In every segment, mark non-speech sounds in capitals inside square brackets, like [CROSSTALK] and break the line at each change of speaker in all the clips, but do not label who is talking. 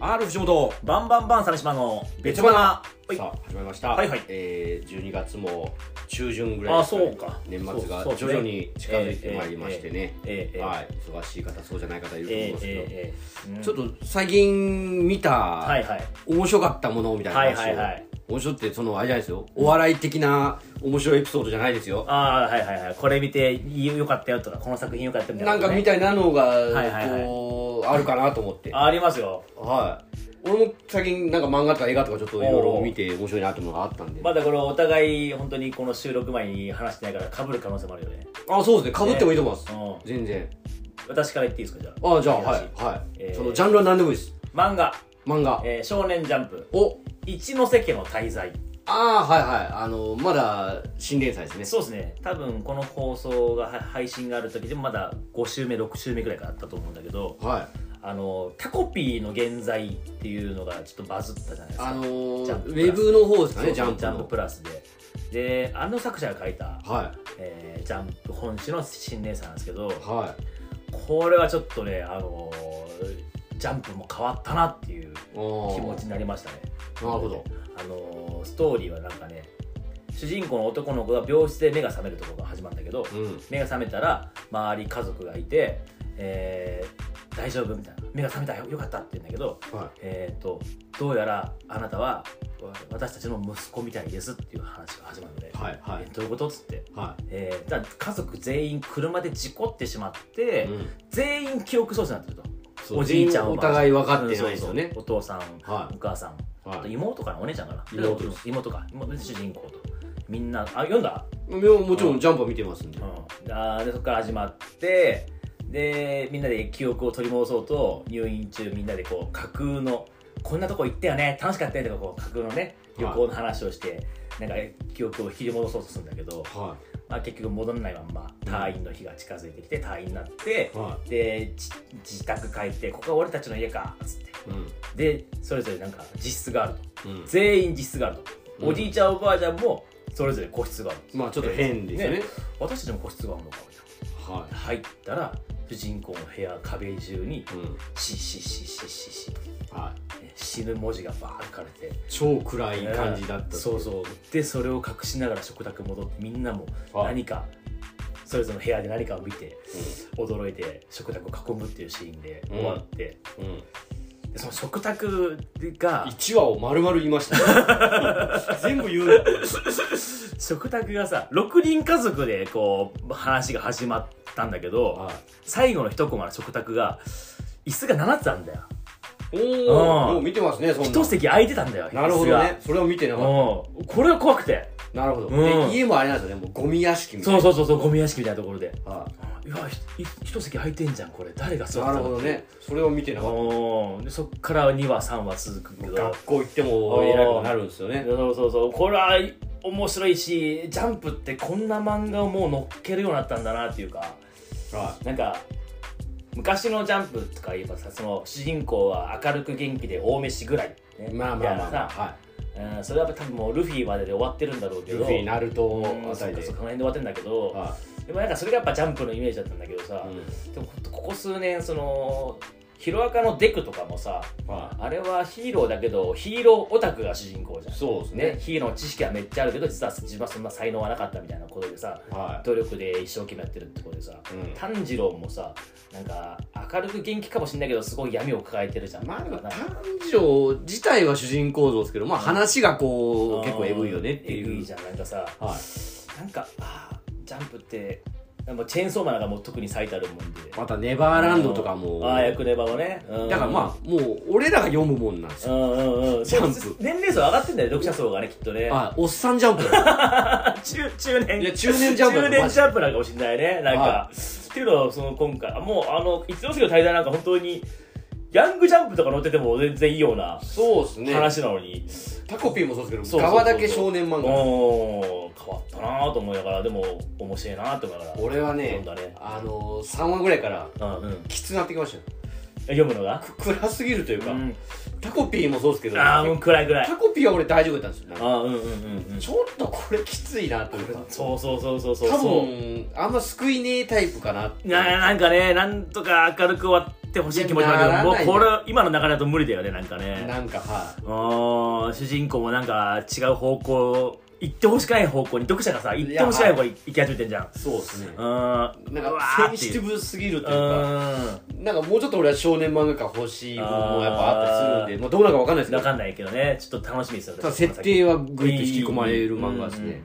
R 藤本
バンバンバン鮫島の
べ
べ
ち
ち
ょば
ば
な
な
さあ始まりました、
はいはい
えー、12月も中旬ぐらいですね
あそうか
年末が
そうそう
徐々に近づいてまいりましてね
えーえーえーえー
はい忙しい方そうじゃない方いると思い
え
ま
ー
すけど、
えーえーうん
ちょっと最近見た、
はいはい
面白かったものみたいな話を、
はいはいはい
面白ってそのあれじゃないですよお笑い的な面白いエピソードじゃないですよ
ああはいはいはいこれ見てよかったよとかこの作品よかったみたいな
な
こ
ん
と
か
ね、
みたいなのが、
いはいはい
こうあるかなと思って
あありますよ
はい俺も最近なんか漫画とか映画とかちょっといろいろ見て面白いなってものがあったんで、
まだこれお互い本当にこの収録前に話してないからかぶる可能性もあるよね
あそうですねかぶってもいいと思います、
うん
全然
私から言っていいですかじゃあ
あじゃあはいはい、
えー
そのジャンルは何でもいいです
漫画、
漫画、
えー少年ジャンプ
お
一ノ瀬家の滞在
ああはいはいあのまだ新連載ですね
そうですね多分この放送がは配信がある時でもまだ5週目6週目ぐらいからあったと思うんだけど
はい
あのタコピーの現在っていうのがちょっとバズったじゃないですか
あの
ジャ
ー、
ンプ
ウ
プラス
ェブの方ですか
そうそ
ね
う
ジャンプ
ジ
の
ャンププラスでであの作者が書いた、
は
えージャンプ本誌の新連載なんですけど
いは
これはちょっとねあのージャンプも変わったなっていう
いおー
気持ちになりましたね
なるほど
あのーストーリーはなんかね主人公の男の子が病室で目が覚めるところが始まるんだけど、
うん
目が覚めたら周り家族がいて、えー大丈夫みたいな目が覚めたよよかったって言うんだけど
は
えー、とどうやらあなたはわ私たちの息子みたいですっていう話が始まるので、
いはいは
え
い
どういうことっつって、
は
えー、だから家族全員車で事故ってしまって、
い、うん
全員記憶喪失になってると
そう
おじいちゃ
全
ん
員
お
お
ばあちゃん
互い分かってないですよね
うんそうそうお父さん、
はい
お母さん、
はい
あと妹かなお姉ちゃんかな
妹です
妹か妹主人公とみんなあ読んだ
いやもちろんジャンプは見てますんで、
うん、あーでそこから始まってでみんなで記憶を取り戻そうと入院中みんなでこう架空のこんなとこ行ったよね楽しかったよねとかこう架空のね
はい
旅行の話をして、なんか記憶を引き戻そうとするんだけど、
は
まあ、結局戻らないまんま退院の日が近づいてきて退院になって
い、は
でじ自宅帰ってここは俺たちの家かっつって
いうん
でそれぞれなんか実質があると
うん
全員実質があると、
うん
おじいちゃんおばあちゃんもそれぞれ個室がある
まあちょっと変ですよね、
私たちも個室があるのかみたいな
は
入ったら主人公の部屋壁中に
い、うん
「シシシシシシ」
はい、
え死ぬ文字がバーッ書かれて
超暗い感じだった、
そうそうでそれを隠しながら食卓戻ってみんなも
はい
何かそれぞれの部屋で何かを見て驚いて食卓を囲むっていうシーンで終わって、
うんうん
でその食卓が
1話を丸々言いま
[LAUGHS]
した、ね、全部言うの
食卓がさ6人家族でこう話が始まったんだけど
は
最後の一コマの食卓が椅子が7つあるんだよ
いお
うん
おもう見てますねそんな
一席空いてたんだよ
なるほ
椅子
ど
が
ねそれを見てなかっ
うん、これは怖くて
たなるほど、
うん
で家もあれなんですよねもうゴミ屋敷みたい
そ
な
うそうそうそうゴミ屋敷みたいなところで
はい
やひひ一席空いてんじゃんこれ誰が
い
座って
な
た
る
の
ほどねそれを見てなかっ
うんでそっから2話3話続くけ
た
ど
学校行っても偉くなるんですよね
そうそうそうこれは面白いしジャンプってこんな漫画をもう乗っけるようになったんだなっていうか
は
なんか昔のジャンプとか言えばさその主人公は明るく元気で大飯ぐらい、ね
いまあまあまあ
みたいなさ
は
うん、それはやっぱ多分もうルフィまでで終わってるんだろう
い
けど
ルフィナルト
うん
あたりで
そっかそっかこの辺で終わってんだけど、
は
でもなんかそれがやっぱジャンプのイメージだったんだけどさ
い、、う
でもほんとここ数年そのヒロアカのデクとかもさ
んは
あれはヒーローだけどヒーローオタクが主人公じゃ
い、そうです
ん、
ね
ね、ヒーローの知識はめっちゃあるけど実は自分はそんな才能はなかったみたいなことでさ
は
努力で一生懸命やってるってことでさ
い、うん
炭治郎もさなんか明るく元気かもしれないけどすごい闇を抱えてるじゃん、
まあでも
な
炭治郎自体は主人公像ですけどまあ話がこう結構エグいよねって
エグ
い
いうじゃんなんかさ
はい
なんかあージャンプってなんかチェーンソーマンなんかもう特に最たるもんで
またネバーランドとかも
ああ役ネバをね、うん
だからまあもう俺らが読むもんなんですよ
うんうんうん
ジャンプ
年齢層上がってんだよ読者層がねきっとね
あおっさんジャンプだ
中中年
いや中年ジャンプだ
中年ジャンプなんかもしれないねなんか、
は
っていうのはその今回あもうあの一ノ瀬の滞在なんか本当にヤングジャンプとか載ってても全然いいような
そうですね
話なのに、
タコピーもそうですけ
そうそうそうそ
ど側
う
だけ少年漫画
おー変わったなぁと思いながらでも面白いなぁと思いながら
俺はね
読んだね
あの3話ぐらいから
うんうん
きつくなってきましたよ
読むのが、
く暗すぎるというか、
うん
タコピーもそうですけど
ああもう暗い暗い
タコピーは俺大丈夫だったんですよなん
あ
か
あうんうんうんうん
ちょっとこれきついなというか
そうそうそうそうそう
多分あんま救いねえタイプかなって
ななんかねなんとか明るく終わっってほしい気持ちもあるけ
いやなら
どもう
ない
これ今の流れだと無理だよねなんか
う
ね
なんかは
うーん主人公もなんか違う方向行ってほしくない方向に読者がさ行ってほしくない方向に行き始めてんじゃん
いそうですね
うーん
なん
うわ
かセ
ーっ
ン
てい
シ
う
ティブすぎるというか
うーん
なんかもうちょっと俺は少年漫画家欲しい部分もやっぱあったりするんでまあどうなるかわかんないですけ
わ
ど
かんないけどねちょっと楽しみですよ
ただ設定
は
はぐいと引き込まれる漫画ですね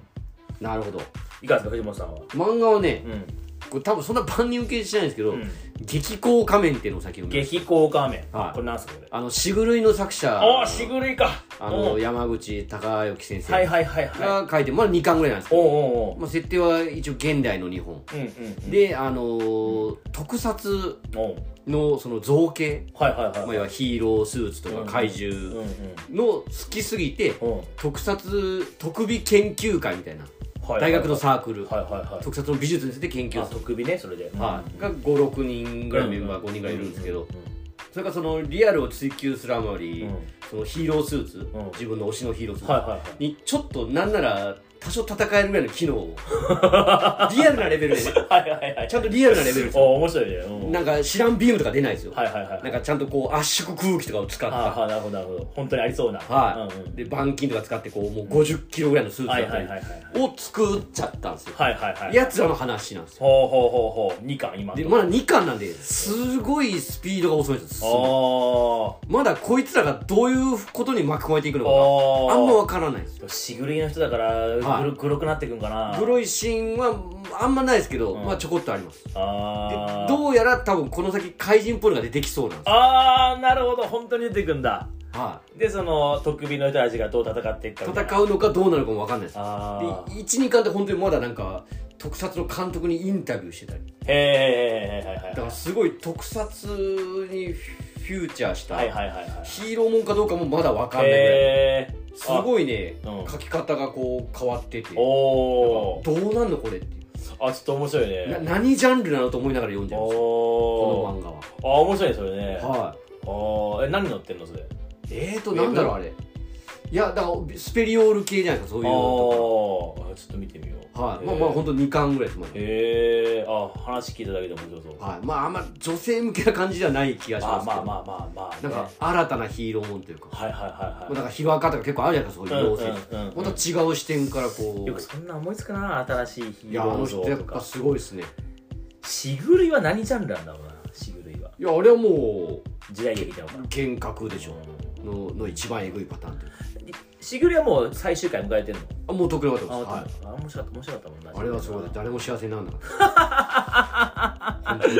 なるほど
いかがですか藤本さんは
漫画はね
うん
これ多分そんな万人受けしないんですけど、
うん
激高仮面っていうのを先に読みまし
激高画面
はい
これなんすかこれ
たあのしぐるいの作者
ああしぐるいか
あの
うん
山口隆之先
はい
生
はいはいはい
が書いてまだ2巻ぐらいなんですけ
おう
ど、
おうおう
まあ、設定は一応現代の日本、
うんうんうん
であのー特撮
おう
のその造形、
はいはい
まあ、
はい
要はヒーロースーツとか怪
うんう
獣
ん
の好きすぎて
うん
特撮特美研究会みたいな
はい
大学のサークル
はいはいはい
特撮の美術について研究
あ
する
特備ねそれで
はいが56人ぐらいメンバー5人ぐらいいるんですけど、
う
それからそのリアルを追求するあまり、
うん
そのヒーロースーツ、
ん
自分の推しのヒーロースーツ、
んはいはいはい
にちょっとなんなら多少戦えるぐらいの機能
[LAUGHS]
をリアルなレベルでね
はいはいはい
ちゃんとリアルなレベルです
お面白いねうん
なんか知らんビームとか出ないですよ、
はいはいはい
なんかちゃんとこう圧縮空気とかを使っ
あ
た
あなるほどなるほど本当にありそうな
はい、
うんうん
で板金とか使ってこうもう50キロぐらいのスーツだった
はいはいはい
りを作っちゃったんですよ、
はいはいはい
やつらの話なんですよ
ほうほうほうほう二巻今の
でまだ2巻なんですごいスピードが遅いんです
あ
よ進むま
ー
だこいつらがどういうことに巻き込まれていくのか
あー
があんまわからないんですよ
しぐれの人だから
はい
グログロくなってくんかな
グロいシーンはあんまないですけど、
うん
まあちょこっとあります
あ
で
ー
どうやら多分この先怪人っぽいのが出てきそうなんで
あーなるほど本当に出てくんだ
す、は
でその特備の人たちがどう戦ってい
い、
くかみたいな
戦うのかどうなるかもわかんないです
あー
12巻って本当にまだなんか特撮の監督にインタビューしてたり
へえはいはい
だからすごい特撮にフューチャーした
はいはいはいはい
ヒーローもんかどうかもまだわかんないぐらい
へえ
すごいね
あうん
書き方がこう変わってて
お
ど
おー
うなんのこれっていう
あちょっと面白い
な
ね
何ジャンルなのと思いながら読んじゃいます
お
こ
お
の漫
あ面白いねそれね
画ははい
おーえ何乗ってんのそれ
えーと、なんだろうあれ。いや、だから、スペリオール系じゃないですか、そういうのと
おーちょっと見てみよう
か。はい。まあまあ、ほん
当
と2巻ぐらいですもんね。
へえあ話聞いただけで面白そう
はい。まあ、あんま女性向けな感じじゃない気がし
ま
ま
あ
すけ
まあ
ど。
まあまあまあね
なんか、新たなヒーローもんというか。ま
はいはいはい
あ
は
なんか、ヒロアカとか結構あるじゃないですか、そういう妖精。
うんうんうんう
ま
ん
た違う視点からこ
いよく
う。
そんな思いつくな新しいヒ
い
ー
や、あ
ロ
の
ー
人
像
やっ
と
ぱ
か
すごいですね。
しぐるいは何ジャンルなんだろうなしぐるいはい
や、あれはも
時代劇なのか
う、幻覚でしょ。の、の一番えぐいパターンというか。
しぐるいはもう最終回迎えてんの
あ、もう得意なかったです。
あ
はい。
あ面白かった面白かったもんな
あれはそうだ。誰も幸せにならなか
[LAUGHS]
った。本当に。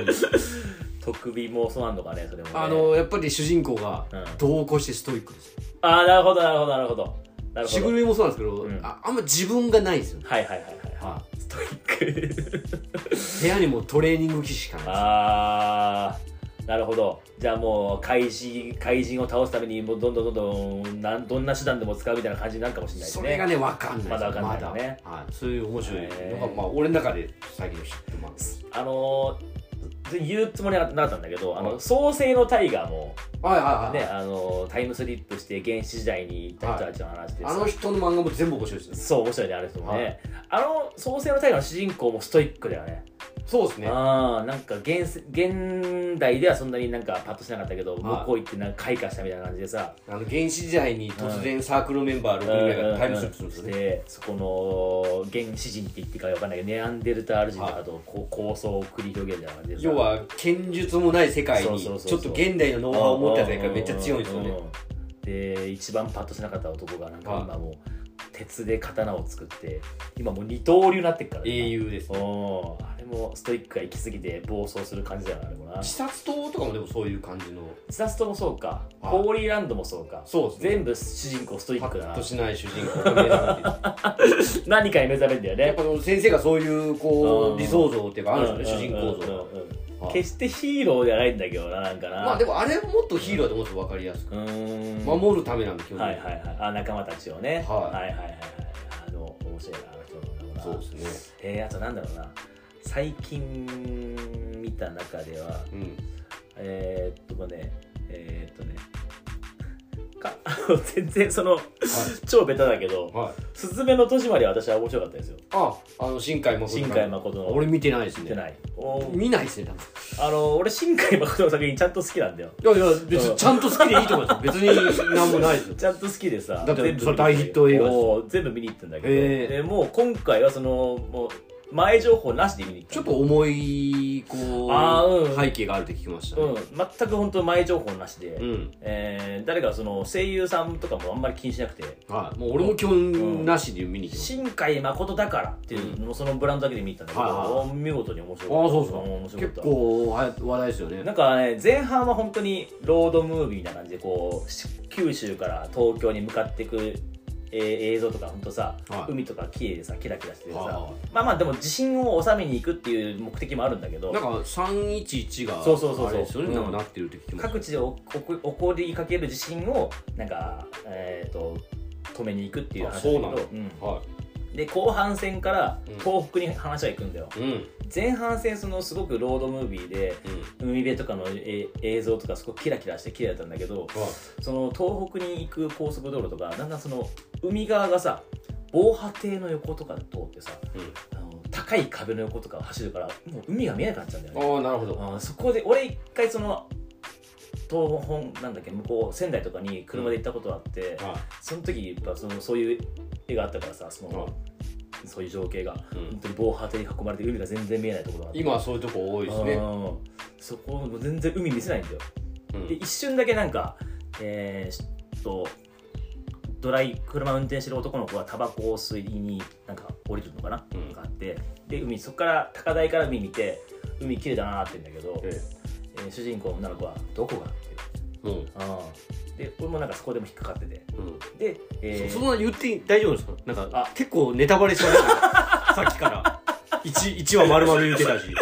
特備もそうなんのかねそれもね
あのやっぱり主人公が
うん
同行してストイックです、
あーなるほどなるほどなるほどなるほ
し
ど
ぐるみもそうなんですけど、
うん
ああんま自分がないんですよね、
はいはいはいはい
は
ストイック [LAUGHS]
い部屋にもトレーニング機しかない
あーなるほどじゃあもう怪人怪人を倒すためにもうどんどんどんどんなんどんな手段でも使うみたいな感じになるかもしれないです
そ
ね
れがね分かんない
まだわかんないよ
まだ
ね
はい、そういう面白い
へ
のが、
ー
まあ、俺の中で最近のヒットマンです
あのー言うつもりはなかったんだけど、あ
は
の
い
創世のタイガーも、
はいはい
ね
はい、
あのータイムスリップして原始時代に行った人たちの話です、
あの人の漫画も全部面白いですよ
そう面白いねあれですもんね、
はい
あの創世の大河の主人公もストイックだよね
そうですね
ああなんか現世現代ではそんなになんかパッとしなかったけど、向こう行ってなんか開花したみたいな感じでさ
あの原始時代に突然サークルメンバー6人ぐらいがタイムスリップするんですよね、
でそこの原始人って言っていいかわかんないけどネアンデルタール人とかとこう構想を繰り広げるみたいな感じでさ
要は剣術もない世界にち
そ
ょ
う
っ
そうそうそう
と現代のノウハウを持ったやつがめっちゃ強いんですよね
で一番パッとしなかった男がなんか
はい
今もう鉄で刀を作って今もう二刀流になってっからね
英雄です
おーあれもストイックが行き過ぎて暴走する感じだよなあれもな
自殺党とかもでもそういう感じの
スタストもそうか
はい
ホーリーランドもそうか
そうですね
全部主人公ストイ
パ
ックだ
ッ
な
としない主人公が目覚めてる
何かに目覚めるんだよ
[LAUGHS] やっ
ね
ぱその先生がそういうこ
うん
う理想像っていうかあるんですよね
う
主
ん
人公
う
像
んうんうん
がはい
決してヒーローではないんだけどななんかな
まあでもあれもっとヒーローだと思うんですよ分かりやすく
うーん
守るためなんで基本
はい
的
はいはいあ仲間たちをね
はい
はいはいはいはいあの面白いなあの人の名
に
前
そうです
えー、あとなんだろうな最近見た中では
ねうん
えー、っとねえー、っとねか [LAUGHS] 全然その超ベタだけど
はい、
「すずめの戸締まり」は私は面白かったですよ
ああの新海誠
新海誠の
俺見てないです
見て
ね
ないお
見ないですね
あの俺新海誠の作品ちゃんと好きなんだよ
多分いやいや別にちゃんと好きでいいと思
[LAUGHS]
います別に何もないですよ
ちゃんと好きでさ
だって
全部
それ大ヒット映画ですよ
もう全部見に行ったんだけど、
へえ
でもう今回はそのもう前情報なしで見に行った
ちょっと重いこ
あーう
うん背景があるって聞きましたね
うん全く本当前情報なしで、
うん
えー誰かその声優さんとかもあんまり気にしなくて
はいもう俺も基本なしで見に行きまし
新海誠だからっていうのをそのブランドだけで見に行ったんだけ
はい
ど、
はい
見事に面
た
白かった
ああそうですか
ん面白かっ
結
た
構は話題ですよね
なんかね前半は本当にロードムービーな感じでこうし九州から東京に向かっていく、えー映像とか本当さ、
はい
海とか綺麗でさキラキラしててさ、
はいはい
まあまあでも地震を収めに行くっていう目的もあるんだけど
なんか311が
そうそうそうそう
あれですよね
うん
なんかなってるって聞きました
各地でおこ起こりかける地震をなんか、えー、と止めに行くっていう話だけど
あそうなんだ
うん
は
で後半戦から
うん
東北に話は行くんだよ、
いうんうん
前半戦そのすごくロードムービーで海辺とかのえ映像とかすごくキラキラして綺麗だったんだけど
はい
その東北に行く高速道路とかだんだんその海側がさ防波堤の横とか通ってさ
う
あの高い壁の横とかを走るからもう海が見えなくなっちゃうんだよね
んああなるほど
あーそこで俺一回その東本なんだっけ向こう仙台とかに車で行ったことあって、
は
その時やっぱそのそういう絵があったからさそ
いは
の、そういう情景が
いうん
本当に防波堤に囲まれて海が全然見えないところがあって
今はそういうとこ多いです
あ
ね
ーそこもう全然海見せないんだよ
うん
で一瞬だけなんかえー、ちょっとドライ車運転してる男の子がタバコを吸いになんか降りるのかな、
うん
があってで海そこから高台から海見て海綺麗だなーって言うんだけど、
え
えー主人公の女の子はどこがっていう
えうん
で俺もなんかそこでも引っかかってて
うん
で、えー
そそんな言って大丈夫ですかなんか
あ
結構ネタバレしま
[LAUGHS]
したねさっきから一一話丸々言ってた
[LAUGHS]
し
い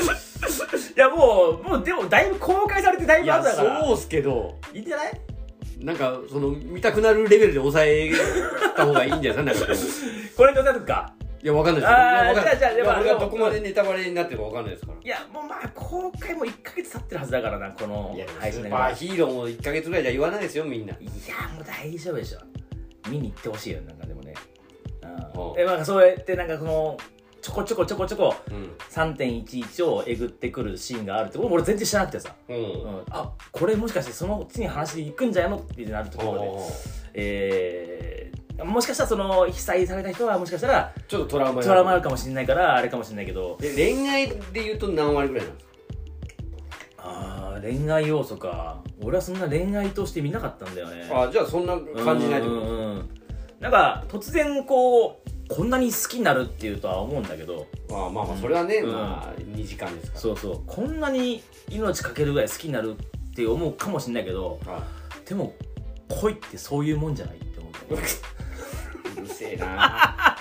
やもうもうでもだいぶ公開されてだい
い
ぶ後
や
だから
そうっすけど
いいんじゃない
なんかその見たくなるレベルで抑えた方がいいんじゃない [LAUGHS] ですかなんかこう
これどうなるか
いやわかんないです
あ
い
ー
やわかんない
じゃあじゃあ
いや
まあ
俺が
でも
どこまでネタバレになってるかわかんないですから
いやもうまあ公開も1か月経ってるはずだからなこの
いや
配
ス
信
ー
だ
パ
か
ー
ら
ヒーローも1か月ぐらいじゃ言わないですよみんない
やもう大丈夫でしょ見に行ってほしいよなんかでもね
お
う
うん
えなんかそうやってなんかそのちょこちょこちょこちょこ
うん
3.11をえぐってくるシーンがあるって俺全然知らなくてさ、
う
うんん、あこれもしかしてその次に話に行くんじゃないのってなるところでえーもしかしたらその被災された人はもしかしたら
ちょっとトラウマに
トラウマあるかもしれないからあれかもしれないけど
で恋愛で言うと何割ぐらいなんですか
あー恋愛要素か俺はそんな恋愛として見なかったんだよね
あじゃあそんな感じないって
う
こ
んう
と
んうんなんか突然こうこんなに好きになるっていうとは思うんだけど
あまあまあそれはね、
うん
まあ2時間ですから
そうそうこんなに命かけるぐらい好きになるって思うかもしれないけど
あ
でも恋ってそういうもんじゃないって思
[LAUGHS]
う
うるせえな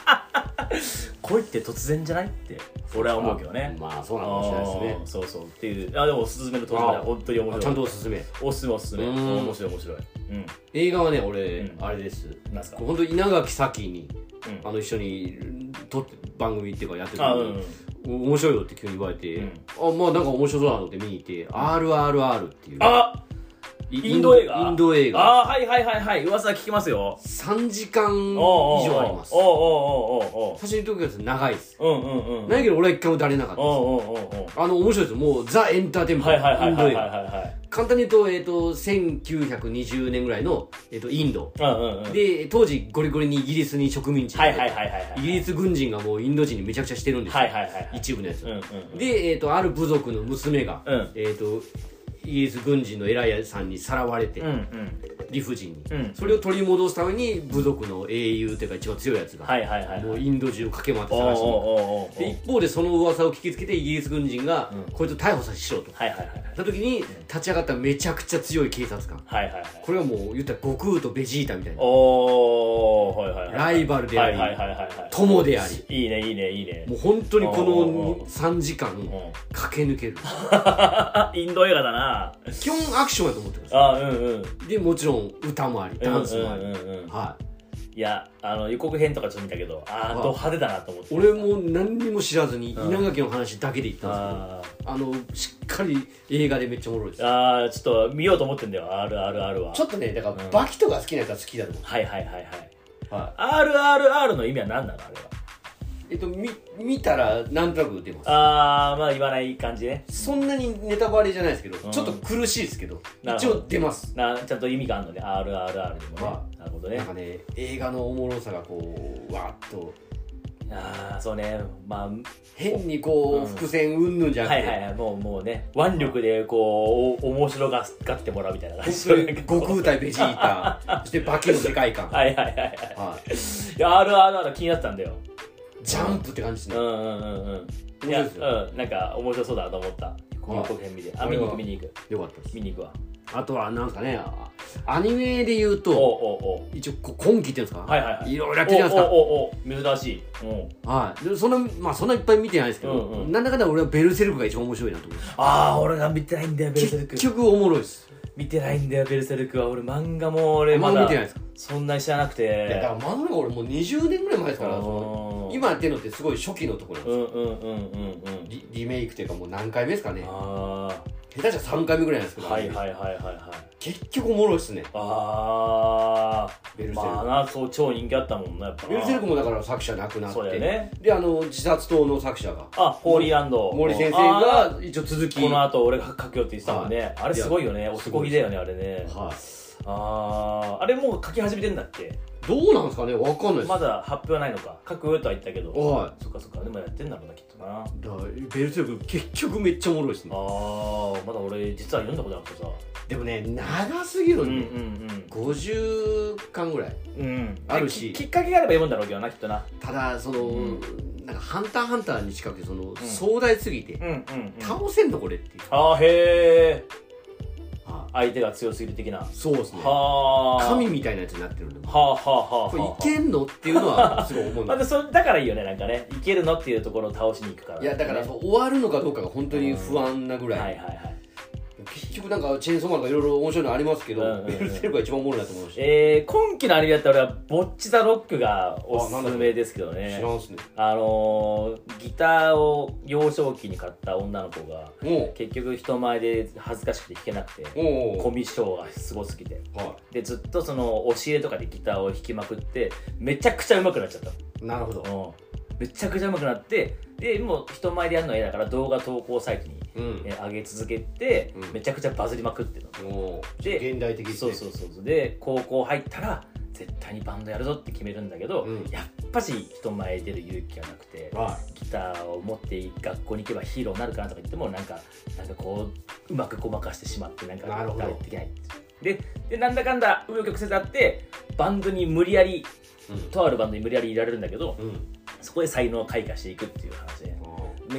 恋って突然じゃないって俺は思うけどね
まあそう
あ
なのかもしれないです
ー
ね
そうそうっていうあでもおすすめの当時は
あ
本当に面
あちゃんと
白い
おすすめ
おすすめおすすめ
うん
面白い面白いうん
映画はね俺、
うん
あれです
なんすか
本当稲垣咲に
うん
あの一緒に撮って番組っていうかやってた
あ
の
う
に
ん
お面白いよって急に言われて、
うん
あまあなんか面白そうなのって見に行って「RRR」っていう
あ
イ
インド映画
インド映画
あーはいはいはいはい噂聞きますよ
3時間以
おうおうおう
上あります
おうおうおうおう
写真撮るやつ長いです、
うんうんうんうん。
ないけど俺は一回も出れなかったです
おうおうおうおう
あの面白いですもうザ・エンターテインメント、
はいはいは
イ
い
ンド
はい
映
はい
画
はい。
簡単に言うと,、えー、と1920年ぐらいの、えー、とインド
うんうんうん。
で当時ゴリゴリにイギリスに植民地に
はいはいはいはいはい。
イギリス軍人がもうインド人にめちゃくちゃしてるんですよ、
はいはいはい。
一部のやつ、
うんうん。
で、えー、とある部族の娘が、
うん
えー、とイギリス軍人の偉いさんにさらわれて、
うんうん。
理不尽に、
うん
それを取り戻すために部族の英雄というか一番強いやつが、
はいはいはい。
もうインド中を駆け回って
お
探
うおう
して
おうおう
で一方でその噂を聞きつけてイギリス軍人が、こいつを逮捕させしろと
はいはいはい。
た時に立ち上がっためちゃくちゃ強い警察官
はいはいはい。
これはもう言ったら悟空とベジータみたいな
おおはいはいはい。
ライバルであり
はいはいはいは
友であり
い。いいねいいねいいね。
もう本当にこ
おー
の3時間
うん
駆け抜ける
あインド映画だな。
基本アクションやと思ってくださ
あうんうん。
いでもちろん歌もありダンスもあり、
うんうんうんうん
は
いやあの予告編とかちょっと見たけどああ
あ
ド派手だなと思って
俺も何にも知らずに
うん
稲垣の話だけで行ったん
あ
ですけどあのしっかり映画でめっちゃおもろいです
ーあーちょっと見ようと思ってんだよ RRR は
ちょっとねだから
うん
バキとか好きなやつは好きだと思、
はいはいはいはいう
はい
RRR の意味は何なのあれは
えっと、み見たらなんとなく出ます
ああまあ言わない感じね
そんなにネタバレじゃないですけど、
うん
ちょっと苦しいですけど
なる
一
ほど
応出ます
なちゃんと意味があるのね RRR でもね、
は
なるほど
な
ね
んかね映画のおもろさがこうわーっと
ああそうねま
変にこ
うん
う伏線うんぬんじ
あ
ゃなく
は
て、
いはいはいもうもうね腕力でこうお面白がってもらうみたいな感じ
本当に悟空対ベジータ
[LAUGHS]
そしてバキの世界観、
はいはいはいはい
はい
いや RRR 気になってたんだよ
ジャンプって感じ
う
ですね、
んうんうんうんい
面白
や
いですよ、
うん、なんか面白そうだなと思った予告編見てあ
こ
見
れ
に行
は
く見に行く
よかったです
見に行くわ
あとはなんですかねあアニメで言う
おう
と
おうおう
一応こう今期っていうんですか、
はいはいはい
ろいろやってるじゃないですか
おうおうおう珍しい、うん、
はいでそんなまあそんないっぱい見てないですけど、
うんうん
なんだかんだ俺はベルセルクが一番面白いなと思う
ああ俺が見てないんだよベルセルク
結局おもろいです
見てないんだよベルセルクは俺漫画も俺ま
漫画
だ
見てないですか
そんなに知らなく
いやだか
て
ら漫画が俺もう20年ぐらい前ですからその
うん
今やってるのってすごい初期のところなんで
う
すよ、
んうんうんうんうん
リリメイクというかもう何回目ですかね
あ
下手したら3回目ぐらいなんですけ
あ
ど、
はいはいはいはいはい
結局おもろいっすね
あ
ベル
あ
セルク、
まあなそう超人気あったもんなやっぱな
ベルセルクもだから作者亡くなって
そうだよね
であの自殺党の作者が
あホーリーランド
森先生
あー
が一応続き
この後俺が書くよって言ってたもんねあれすごいよね
や
男気だよねあれね
は
あああれもう書き始めてんだっけ
い、どうなんですかねわかんないです、
まだ発表はないのか書くよとは言ったけど
は
そっかそっかでもやってんだろうなきっとな
だからベルセルク結局めっちゃおもろいっすね
ああまだ俺実は読んだことなくてさ
でもね長すぎる
うんん
で、50巻ぐらい
うんうんうん
あるし
ききっかけがあれば読むんだろうけどなきっとな
ただその、
う
なんか「ハンターハンター」に近くてその、壮大すぎて、
うんうん、うん、
倒せんのこれっていう、
あーへえ
は
相手が強すぎる的なはい
そうですね
あ
神みたいなやつになってるんで
はあはあはあ
これ
はい
けんのっていうのはすごい思うん
[LAUGHS] まあ、
で
でそれだからいいよねなんかねいけるのっていうところを倒しに行くから、
すいやだから
ね
そう終わるのかどうかが本当に不安なぐ
はい
ら、
はいいはい
結局なんかチェーンソーマンとかいろいろ面白いのありますけど、
うんうんうん
ベルセルクが一番おもろいなと思うし、
えー、今期のアニメだったら俺は「ボッチ・ザ・ロック」がおすすめですけどね
知らんっすね
あのーギターを幼少期に買った女の子が
も
結局人前で恥ずかしくて弾けなくて
うもう
コミュ障がすごすぎて
は
でずっとその押し入れとかでギターを弾きまくってめちゃくちゃ上手くなっちゃった
いなるほど、
の、うん、めちゃくちゃ上手くなってでもう人前でやるのは嫌だから動画投稿サイトに
うん
え上げ続けて、
うん
めちゃくちゃバズりまくってたの
もう
で
現代的です
そう
ね
そうそうそうで高校入ったら絶対にバンドやるぞって決めるんだけど、
うん
やっぱし人前出る勇気がなくて
は
ギターを持って学校に行けばヒーローになるかなとか言ってもなんかなんかこううまくごまかしてしまってなんか
なるほど
できないででなんだかんだ紆余曲折あってバンドに無理やり
いうん
とあるバンドに無理やりいられるんだけど
うん
そこで才能を開花していくっていう話でね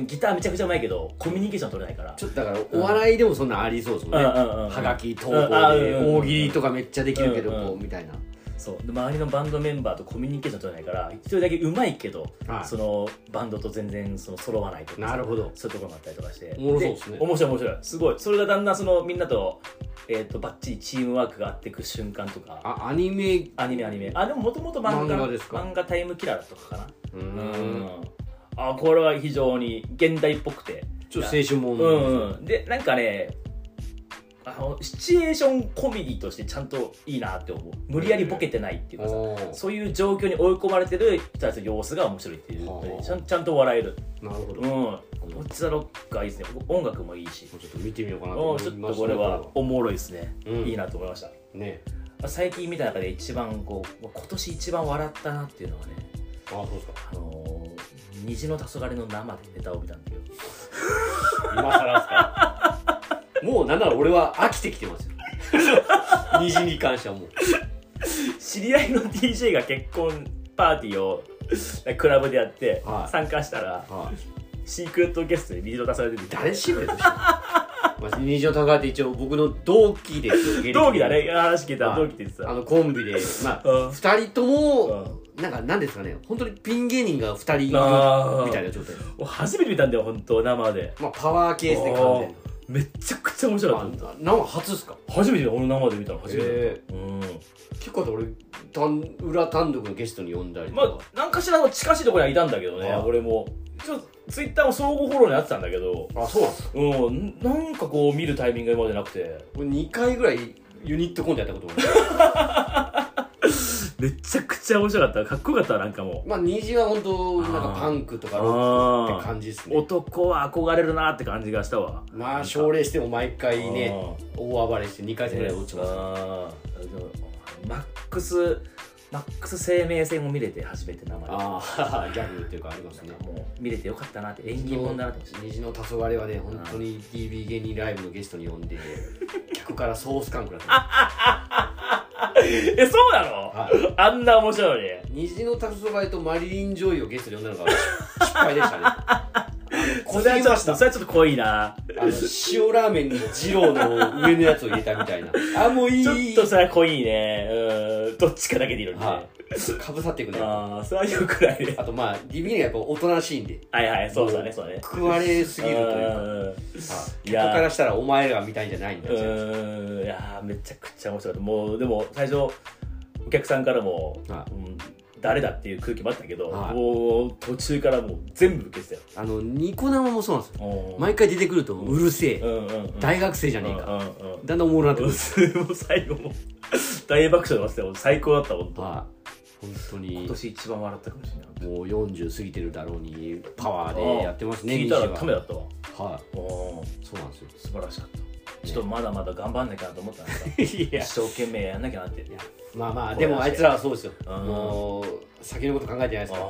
ギターめちゃくちゃうまいけどコミュニケーション取れないから
ちょっとだからお笑いでもそんなんありそうですもんね、
うんうんうん
はがき投
うんあ
稿で
うんうんうん
大喜利とかめっちゃできるけど
うんうん
こうみたいな
そうで周りのバンドメンバーとコミュニケーション取れないから一人だけうまいけど、
はい
そのバンドと全然その揃わないとか
なるほど
そういうところもあったりとかして
おもろそうっすね
面白い面白いすごいそれがだんだんそのみんなと,、えー、とバッチリチームワークがあっていく瞬間とか
あアニメ
アニメアニメあでももともと漫画
漫画ですか
漫画タイムキラーとかか
う
なうんあこれは非常に現代っぽくて
ちょっと青春もん
う、ん、うん、でなんかねあのシチュエーションコメディとしてちゃんといいなって思う無理やりボケてないっていうかさ
おー
そういう状況に追い込まれてる人たちの様子が面白いっていう、
はあ
ちゃんちゃんと笑える、
なるほど、
うん、こっちザロックがいいですね、音楽もいいし、
ちょっと見てみようかなと
うん
思
ちょっ
いま
と
した
これはおもろいですね、
うん
いいなと思いました。
ね
最近見た中で一番こう、今年一番笑ったなっていうのはね、
あそうですか
あのー、虹の黄昏の生でネタを見たんだけど、
今更ですかもうなんなら俺は飽きてきてますよ虹に関してはもう
知り合いの DJ が結婚パーティーを [LAUGHS] クラブでやって、
はい
参加したら、シークレットゲストで虹の黄昏出てきて、
誰しめとして虹の高って一応僕の同期ですよ
同期だね、話聞いたら
はい
同期って言ってた。
あのコンビでまあ
うん
2人とも
うん
なんかなんですかね本当にピン芸人が2人いる
あー
みたいな状態
俺初めて見たんだよ本当生で
まあパワー系ですね完全に
めっちゃくちゃ面白かっ
あ生初っすか
た初めて俺生で見たの初めて、
え
うん
結構俺単裏単独のゲストに呼んだりと
ま
か、
あ、なんかしらの近しいところにはいたんだけどね、
はい
俺も。ちょっと、ツイッターも相互フォローになってたんだけど、
あ、そうなんですか
うん、なんかこう見るタイミングが今までなくて。
俺2回ぐらいユニットコントやったことある
めちゃくちゃ面白かった。かっこよかった、なんかも
まあ虹は本当なんかパンクとかロックって感じです
う。
ね
男は憧れるなって感じがしたわ。
まあ奨励しても毎回ね
うん
大暴れして2回戦ぐらい落ちますね
あーでもマックスマックス生命線を見れて初めて生でなんか
ああ [LAUGHS] ギャグっていうかありますね
もう見れてよかったなって演技もんだなって思って
虹の黄昏はね本当に TV 芸人ライブのゲストに呼ん
[LAUGHS]
で客からソース感食らってま
えそうなの、
は
あんな面白いのに
す虹の黄昏とマリリン・ジョイをゲストに呼んだ
[LAUGHS]
のが失敗でしたねあのこ
そ
じ
れは
れ
ちょ
ま
っ
し
と
た
それはちょっと濃いな
あの塩ラーメンに二郎の上のやつを入れたみたいなあもういい
ちょっとそれは濃いねうんどっちかだけでいいのにね、
はいかぶさっていくね
ああそれはよくないね
あとまあ DB がやっぱ大人らしいんで
はいはいそうだねそうだね
食われすぎるというか
うん
はい
いやー
客からしたらお前らが見たいんじゃないんだ
う
よ全然
ーんいやーめちゃくちゃ面白かったもうでも最初お客さんからも、
は
うん誰だっていう空気もあったけど、
はい
もう途中からもう全部受けてたよ
あのニコ生もそうなんですよ
うん
毎回出てくるとうるせ
う
え
んうんうん
大学生じゃねえか
うんうんうん
だんだんおもろなってく
う
る
んもう最後も大爆笑しても最高だった本当、
はい本当
今
に
年一番笑ったかもしれない
もう40過ぎてるだろうにパワーでやってますね
聞いたら
虹
ためだったわ
はは
おー
いそうなんですよ
素晴らしかったちょっとまだまだ頑張んなきゃなと思ったんだ
いや
一生懸命やんなきゃなって
まあまあでもあいつらはそうですよ
うん
もう先のこと考えてないです
あ
から
あ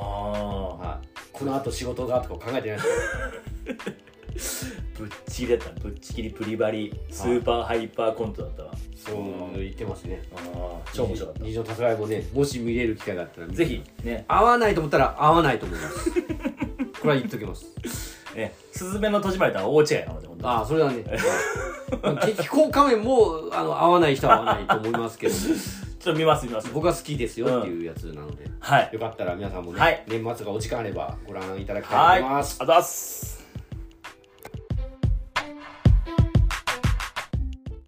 はいこの後仕事がとか考えてないですから
ぶっちぎりだったぶっちぎりプリバリスーパーハイパーコントだったわ
そう言ってますね
ああ超面白かっ
虹の黄昏もねもし見れる機会があったら
たぜひね
合わないと思ったら合わないと思います [LAUGHS] これは言っときます
ねスズメの戸締まりとは大違いなので本当に
ああそれは [LAUGHS] ね激高仮面もあの合わない人は合わないと思います [LAUGHS] けども
ちょっと見ます見ます
僕は好きですよっていうやつなので、
はい
よかったら皆さんもね、
はい
年末がお時間あればご覧いただきた
はいい
と思います
あざっす